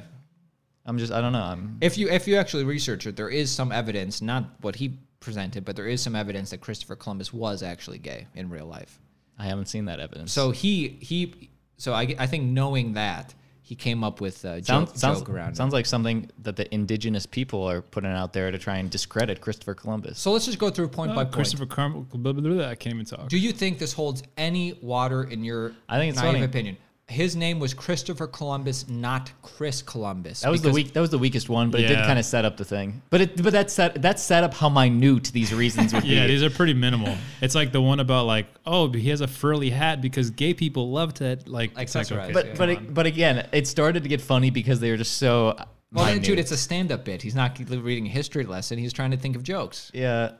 I'm just, I don't know. I'm,
If you if you actually research it, there is some evidence, not what he presented, but there is some evidence that Christopher Columbus was actually gay in real life.
I haven't seen that evidence.
So he he so I, I think knowing that he came up with a
sounds
joke,
sounds,
joke around. it.
sounds like something that the indigenous people are putting out there to try and discredit Christopher Columbus.
so let's just go through point by
Oh,
point.
Christopher Columbus. Blah, blah, blah, blah. I can't even talk.
Do you think this holds any water in your
I think it's
naive
funny.
opinion? His name was Christopher Columbus, not Chris Columbus.
That was the
because-
weak. That was the weakest one, but it did
Yeah.
kind of set up the thing. But it, but that set that set up how minute these reasons would
Yeah,
be.
these are pretty minimal. It's like the one about like, oh, but he has a furly hat because gay people love to like it's like,
Accessorize,
but
yeah.
but it, but again, it started to get funny because they were just so.
Well, then,
minute.
dude, it's a stand-up bit. He's not reading a history lesson. He's trying to think of jokes.
yeah.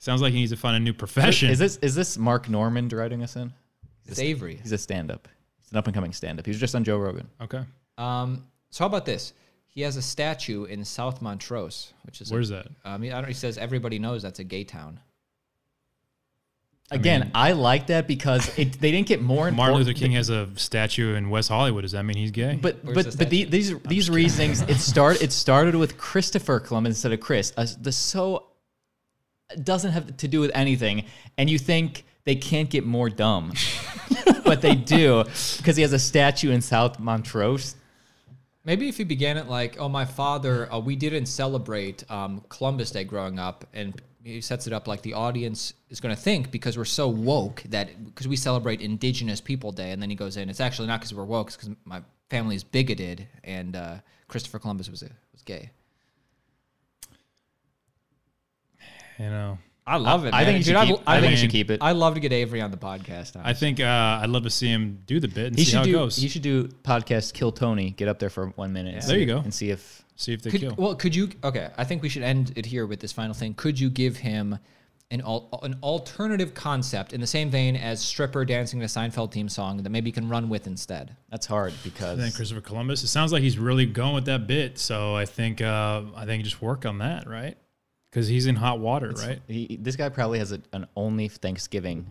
sounds like he needs to find a new profession.
Is this is this Mark Norman writing us in?
It's Avery.
He's a stand up. He's an up and coming stand up. He was just on Joe Rogan.
okay,
Um, so how about this? He has a statue in South Montrose, which is a-
where's that?
um, I don't. He says everybody knows that's a gay town.
Again, I, like that because it, they didn't get more
Martin
important.
Luther King has a statue in West Hollywood. Does that mean he's gay?
But
Where's
but
the
but the, these these reasonings it start it started with Christopher Columbus instead of Chris. Uh, the so doesn't have to do with anything, and you think they can't get more dumb, but they do because he has a statue in South Montrose.
Maybe if you began it like, "Oh, my father, uh, we didn't celebrate um, Columbus Day growing up," and he sets it up like the audience is going to think because we're so woke that because we celebrate Indigenous People Day, and then he goes in, "It's actually not because we're woke; it's because my family is bigoted, and uh, Christopher Columbus was a, was gay."
You know,
I love it.
I
man.
think you should
Dude,
keep-
I,
I
I think
think you should keep it.
I love to get Avery on the podcast.
I think uh, I'd love to see him do the bit and
He
see how
should
it
do.
goes.
He should do podcast Kill Tony. Get up there for one minute. and
There
see-
you go.
And see if
see if they kill.
Could, well, could you? Okay, I think we should end it here with this final thing. Could you give him an al- an alternative concept in the same vein as stripper dancing to Seinfeld theme song that maybe you can run with instead?
that's hard
And then
because
Christopher Columbus. It sounds like he's really going with that bit. So I think uh, I think just work on that, right? Because he's in hot water, right?
he, this guy probably has a, an only Thanksgiving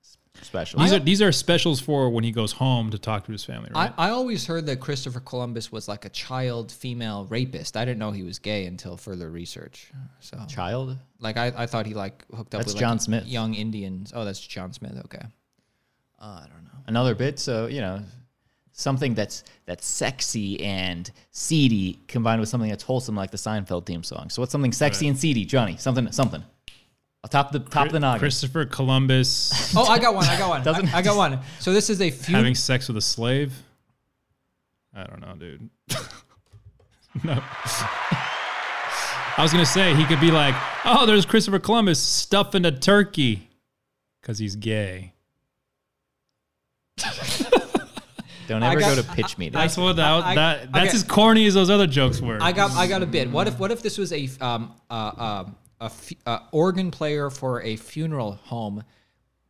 s- special.
These are these are specials for when he goes home to talk to his family, right?
I, I always heard that Christopher Columbus was like a child female rapist. I didn't know he was gay until further research. So,
child.
like, I, I thought he like hooked up
That's
with
John
like,
Smith.
young Indians. Oh, that's John Smith. Okay. Uh, I don't know.
another bit. So you know, something that's that's sexy and seedy combined with something that's wholesome, like the Seinfeld theme song. So what's something sexy and seedy, Johnny? Something, something. I'll top the top of the noggin.
Christopher Columbus
Oh, I got one. I got one.
Doesn't-
I, I got one. So this is a few.
having sex with a slave. I don't know, dude. no. I was gonna say he could be like, oh, there's Christopher Columbus stuffing a turkey because he's gay.
Don't ever
got-
go to pitch meetings.
That's what that,
I-
that that's
okay.
as corny as those other jokes were.
I got I got a bid. What if what if this was a um uh, um a f- uh, organ player for a funeral home,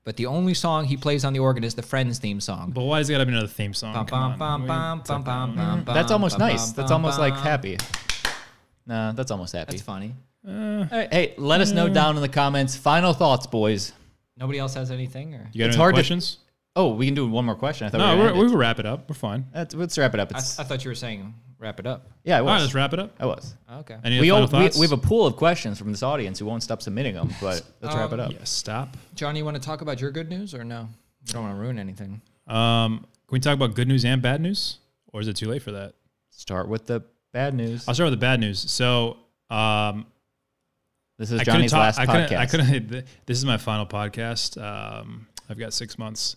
but the only song he plays on the organ is the Friends theme song.
But why has it got to be another theme song? Come on. We-
that's almost nice. That's almost like happy. No, that's almost happy.
That's funny.
All right, hey, let us know down in the comments. Final thoughts, boys.
Nobody else has anything, or
You got
It's
any
hard to-
questions?
Oh, we can do one more question. I thought
no,
we
we're,
were. gonna end
we
it.
will wrap it up. We're fine.
That's- let's wrap it up.
I,
It's,
I thought you were saying wrap it up.
yeah, I
All right,
was.
let's wrap it up.
I was.
Okay.
Any
Oh, We,
final
all, we,
thoughts?
we have a pool of questions from this audience who won't stop submitting them, but let's wrap it up.
yeah, stop.
Johnny, you want to talk about your good news or no? You don't want to ruin anything.
Um, can we talk about good news and bad news, or is it too late for that?
Start with the bad news.
I'll start with the bad news. So, um,
This is
I couldn't
Johnny's
talk.
last
I
podcast.
couldn't. I couldn't. This is my final podcast. Um, I've got six months.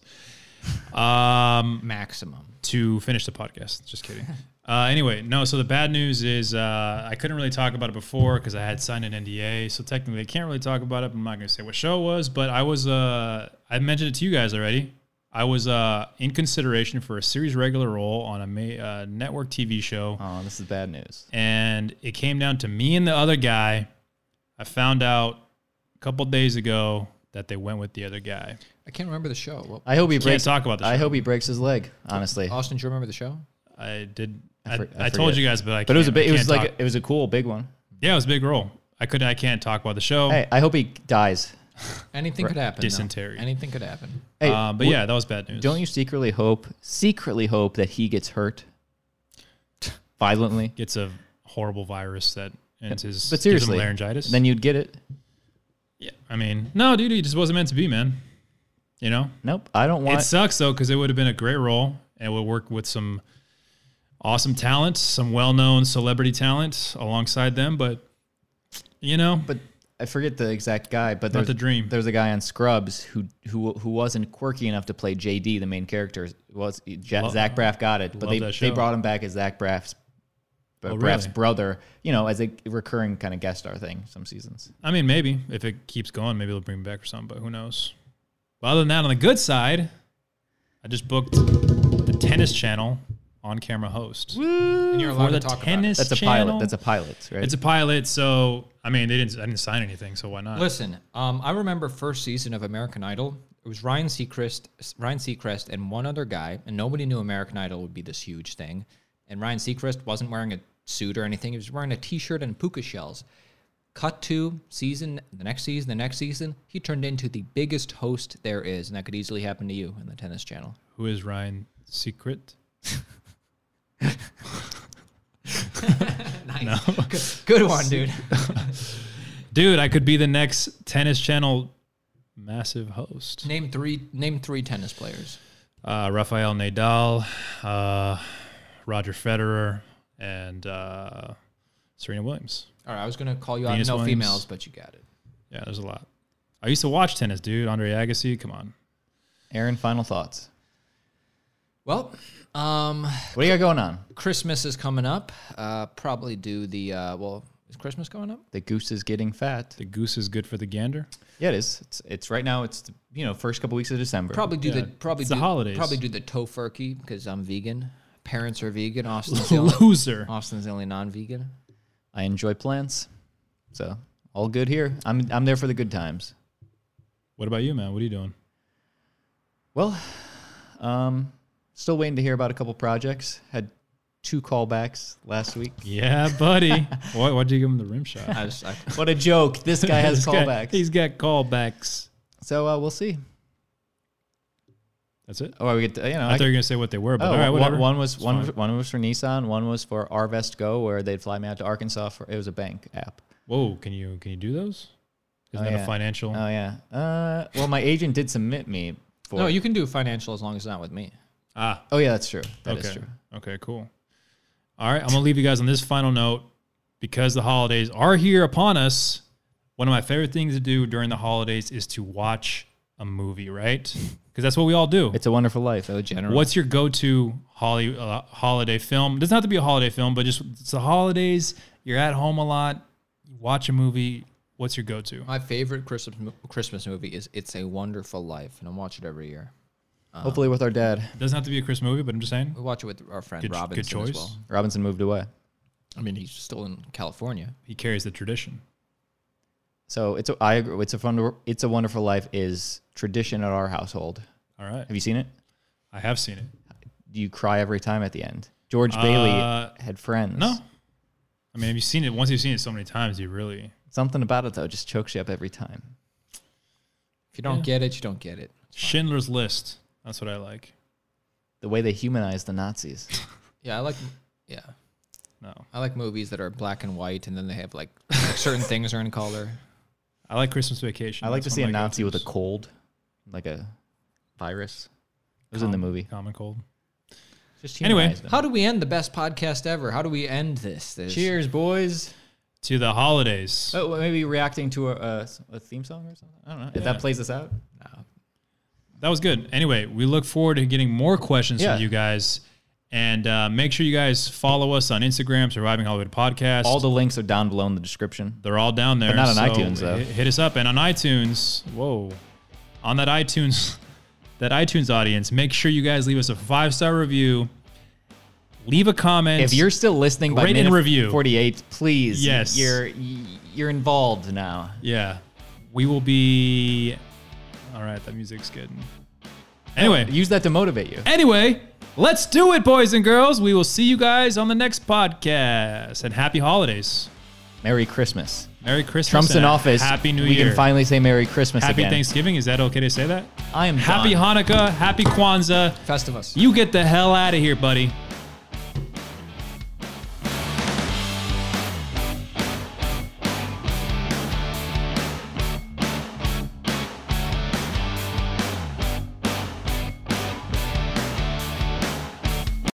Um,
Maximum.
to finish the podcast. Just kidding. Uh, anyway, no. So the bad news is uh, I couldn't really talk about it before because I had signed an NDA. So technically, I can't really talk about it. I'm not going to say what show it was, but I was. Uh, I mentioned it to you guys already. I was uh, in consideration for a series regular role on a ma- uh, network TV show,
Oh, this is bad news.
and it came down to me and the other guy. I found out a couple days ago that they went with the other guy.
I can't remember the show. What,
I hope he breaks.
talk about the
I
show.
hope he breaks his leg. Honestly,
Austin, do you remember the show?
I did. I,
for- I
I told
forget.
you guys, but I.
but it was a
can't-
big.
I
It was
can't
like
talk-
a, it was a cool big one.
Yeah, it was a big role. I could I can't talk about the show.
Hey, I hope he dies.
Anything could happen. though.
Dysentery.
Anything could happen.
Hey,
uh, but
wh-
yeah, that was bad news.
don't you secretly hope, secretly hope that he gets hurt violently?
gets a horrible virus that ends his
But seriously,
gives him laryngitis?
Then you'd get it.
yeah, I mean, no, dude, he just wasn't meant to be, man. You know,
Nope. I don't want.
it sucks though because it would have been a great role and would work with some awesome talent, some well-known celebrity talent alongside them. But you know,
but I forget the exact guy.
not
But there's
the dream.
There's a guy on Scrubs who who who wasn't quirky enough to play JD, the main character. Was Ja-
Love-
Zach Braff got it, but
love
they
that
they
show.
brought him back as Zach Braff's,
Oh,
Braff's
really?
brother. You know, as a recurring kind of guest star thing. Some seasons.
I mean, maybe if it keeps going, maybe they'll bring him back for something. But who knows? But other than that, on the good side, I just booked the tennis channel on camera host.
And you're allowed to
Or the
talk
tennis
That's a
channel.
pilot. That's a pilot, right?
It's a pilot, so I mean, they didn't. I didn't sign anything, so why not?
about it. Listen, um, I remember first season of American Idol. It was Ryan Seacrest, Ryan Seacrest, and one other guy, and nobody knew American Idol would be this huge thing. And Ryan Seacrest wasn't wearing a suit or anything; he was wearing a T-shirt and puka shells. Cut to season, the next season, the next season, he turned into the biggest host there is, and that could easily happen to you in the tennis channel.
Who is Ryan Secret?
Nice, good, good one, dude.
Dude, I could be the next Tennis Channel massive host.
Name three. Name three tennis players.
Uh, Rafael Nadal, uh, Roger Federer, and uh, Serena Williams.
All right, I was gonna call you out.
Venus
no
Williams.
females, but you got it.
Yeah, there's a lot. I used to watch tennis, dude. Andre Agassi, come on.
Aaron, final thoughts.
Well, um,
What do you got going on?
Christmas is coming up. Uh, probably do the. Uh, well, is Christmas coming up?
The goose is getting fat.
The goose is good for the gander.
Yeah, it is. It's, it's right now. It's you know first couple weeks of December.
Probably do the
Yeah,
probably
it's
do,
the holidays.
Probably do the tofurkey because I'm vegan. Parents are vegan. Austin's the only,
Loser.
Austin's the only non-vegan.
I enjoy plants, so all good here. I'm I'm there for the good times.
What about you, man? What are you doing?
Well, um, still waiting to hear about a couple projects. Had two callbacks last week.
Yeah, buddy. Why, why'd you give him the rim shot?
I just, I,
What a joke! This guy has
This guy-
callbacks.
he's got callbacks.
so uh, we'll see.
That's it.
Oh, we get to, you know.
I,
I-
thought you were gonna say what they were, but
Oh,
all right,
one-
whatever.
one was
It's
one
fine.
was, one was for Nissan, one was for Arvest Go, where they'd fly me out to Arkansas for it was a bank app.
Whoa, can you can you do those? Isn't
Oh,
that
yeah.
a financial?
Oh yeah. Uh, well, my agent did submit me for.
no, you can do financial as long as it's not with me.
ah,
Oh yeah, that's true. That is
okay,
true.
okay, cool. All right, I'm gonna leave you guys on this final note because the holidays are here upon us. One of my favorite things to do during the holidays is to watch a movie, right? Because that's what we all do.
It's a Wonderful Life. Uh,
So general.
What's your go-to holly, uh, holiday film? doesn't have to be a holiday film, but just it's the holidays. You're at home a lot. You watch a movie. What's your go-to?
My favorite Christmas mo- Christmas movie is "It's a Wonderful Life," and I watch it every year.
Hopefully with our dad.
doesn't have to be a Christmas movie, but I'm just saying.
We watch it with our friend
Good,
Robinson
good
as
choice.
well.
Robinson moved away,
I mean, he's still in California.
He carries the tradition.
so it's a, I agree. It's a fun. It's a Wonderful Life is tradition at our household.
All right,
Have you seen it?
I have seen it.
You cry every time at the end. George Bailey
Uh,
had friends.
No. I mean, have you seen it? Once you've seen it so many times, you really.
something about it though just chokes you up every time.
If you don't get it, you don't get it.
Schindler's List. That's what I like.
The way they humanize the Nazis.
Yeah, I like. Yeah,
No.
I like movies that are black and white, and then they have like certain things are in color.
I like Christmas Vacation.
I like to
That's
see a
one of my
Nazi with a
go-tos.
cold, like a virus. It was in the movie.
Common cold.
Just
Anyway.
humanize them.
How do we end the best podcast ever? How do we end this? There's-
Cheers, boys.
To the holidays.
Oh, well, maybe reacting to a, a, a theme song or something. I don't know. If that plays us out.
That was good. Anyway, we look forward to getting more questions
Yeah.
from you guys. And uh, make sure you guys follow us on Instagram, Surviving Hollywood Podcast.
All the links are down below in the description.
They're all down there.
But not on
so
iTunes, though.
Hit, hit us up and on iTunes. Whoa, on that iTunes, that iTunes audience. Make sure you guys leave us a five star review. Leave a comment.
If you're still listening by
Rate and
minute
review.
48, please.
Yes.
You're y- you're involved now.
yeah, we will be. All right, that music's good. Anyway,
Use that to motivate you.
anyway, let's do it, boys and girls. We will see you guys on the next podcast. And happy holidays.
Merry Christmas.
Merry Christmas.
Trump's in
and a
office.
Happy New
We
Year.
can finally say Merry Christmas
happy
again.
Thanksgiving. Is that okay to say that?
I am
Happy
done.
Hanukkah. Happy Kwanzaa.
Festivus.
You get the hell out of here, buddy.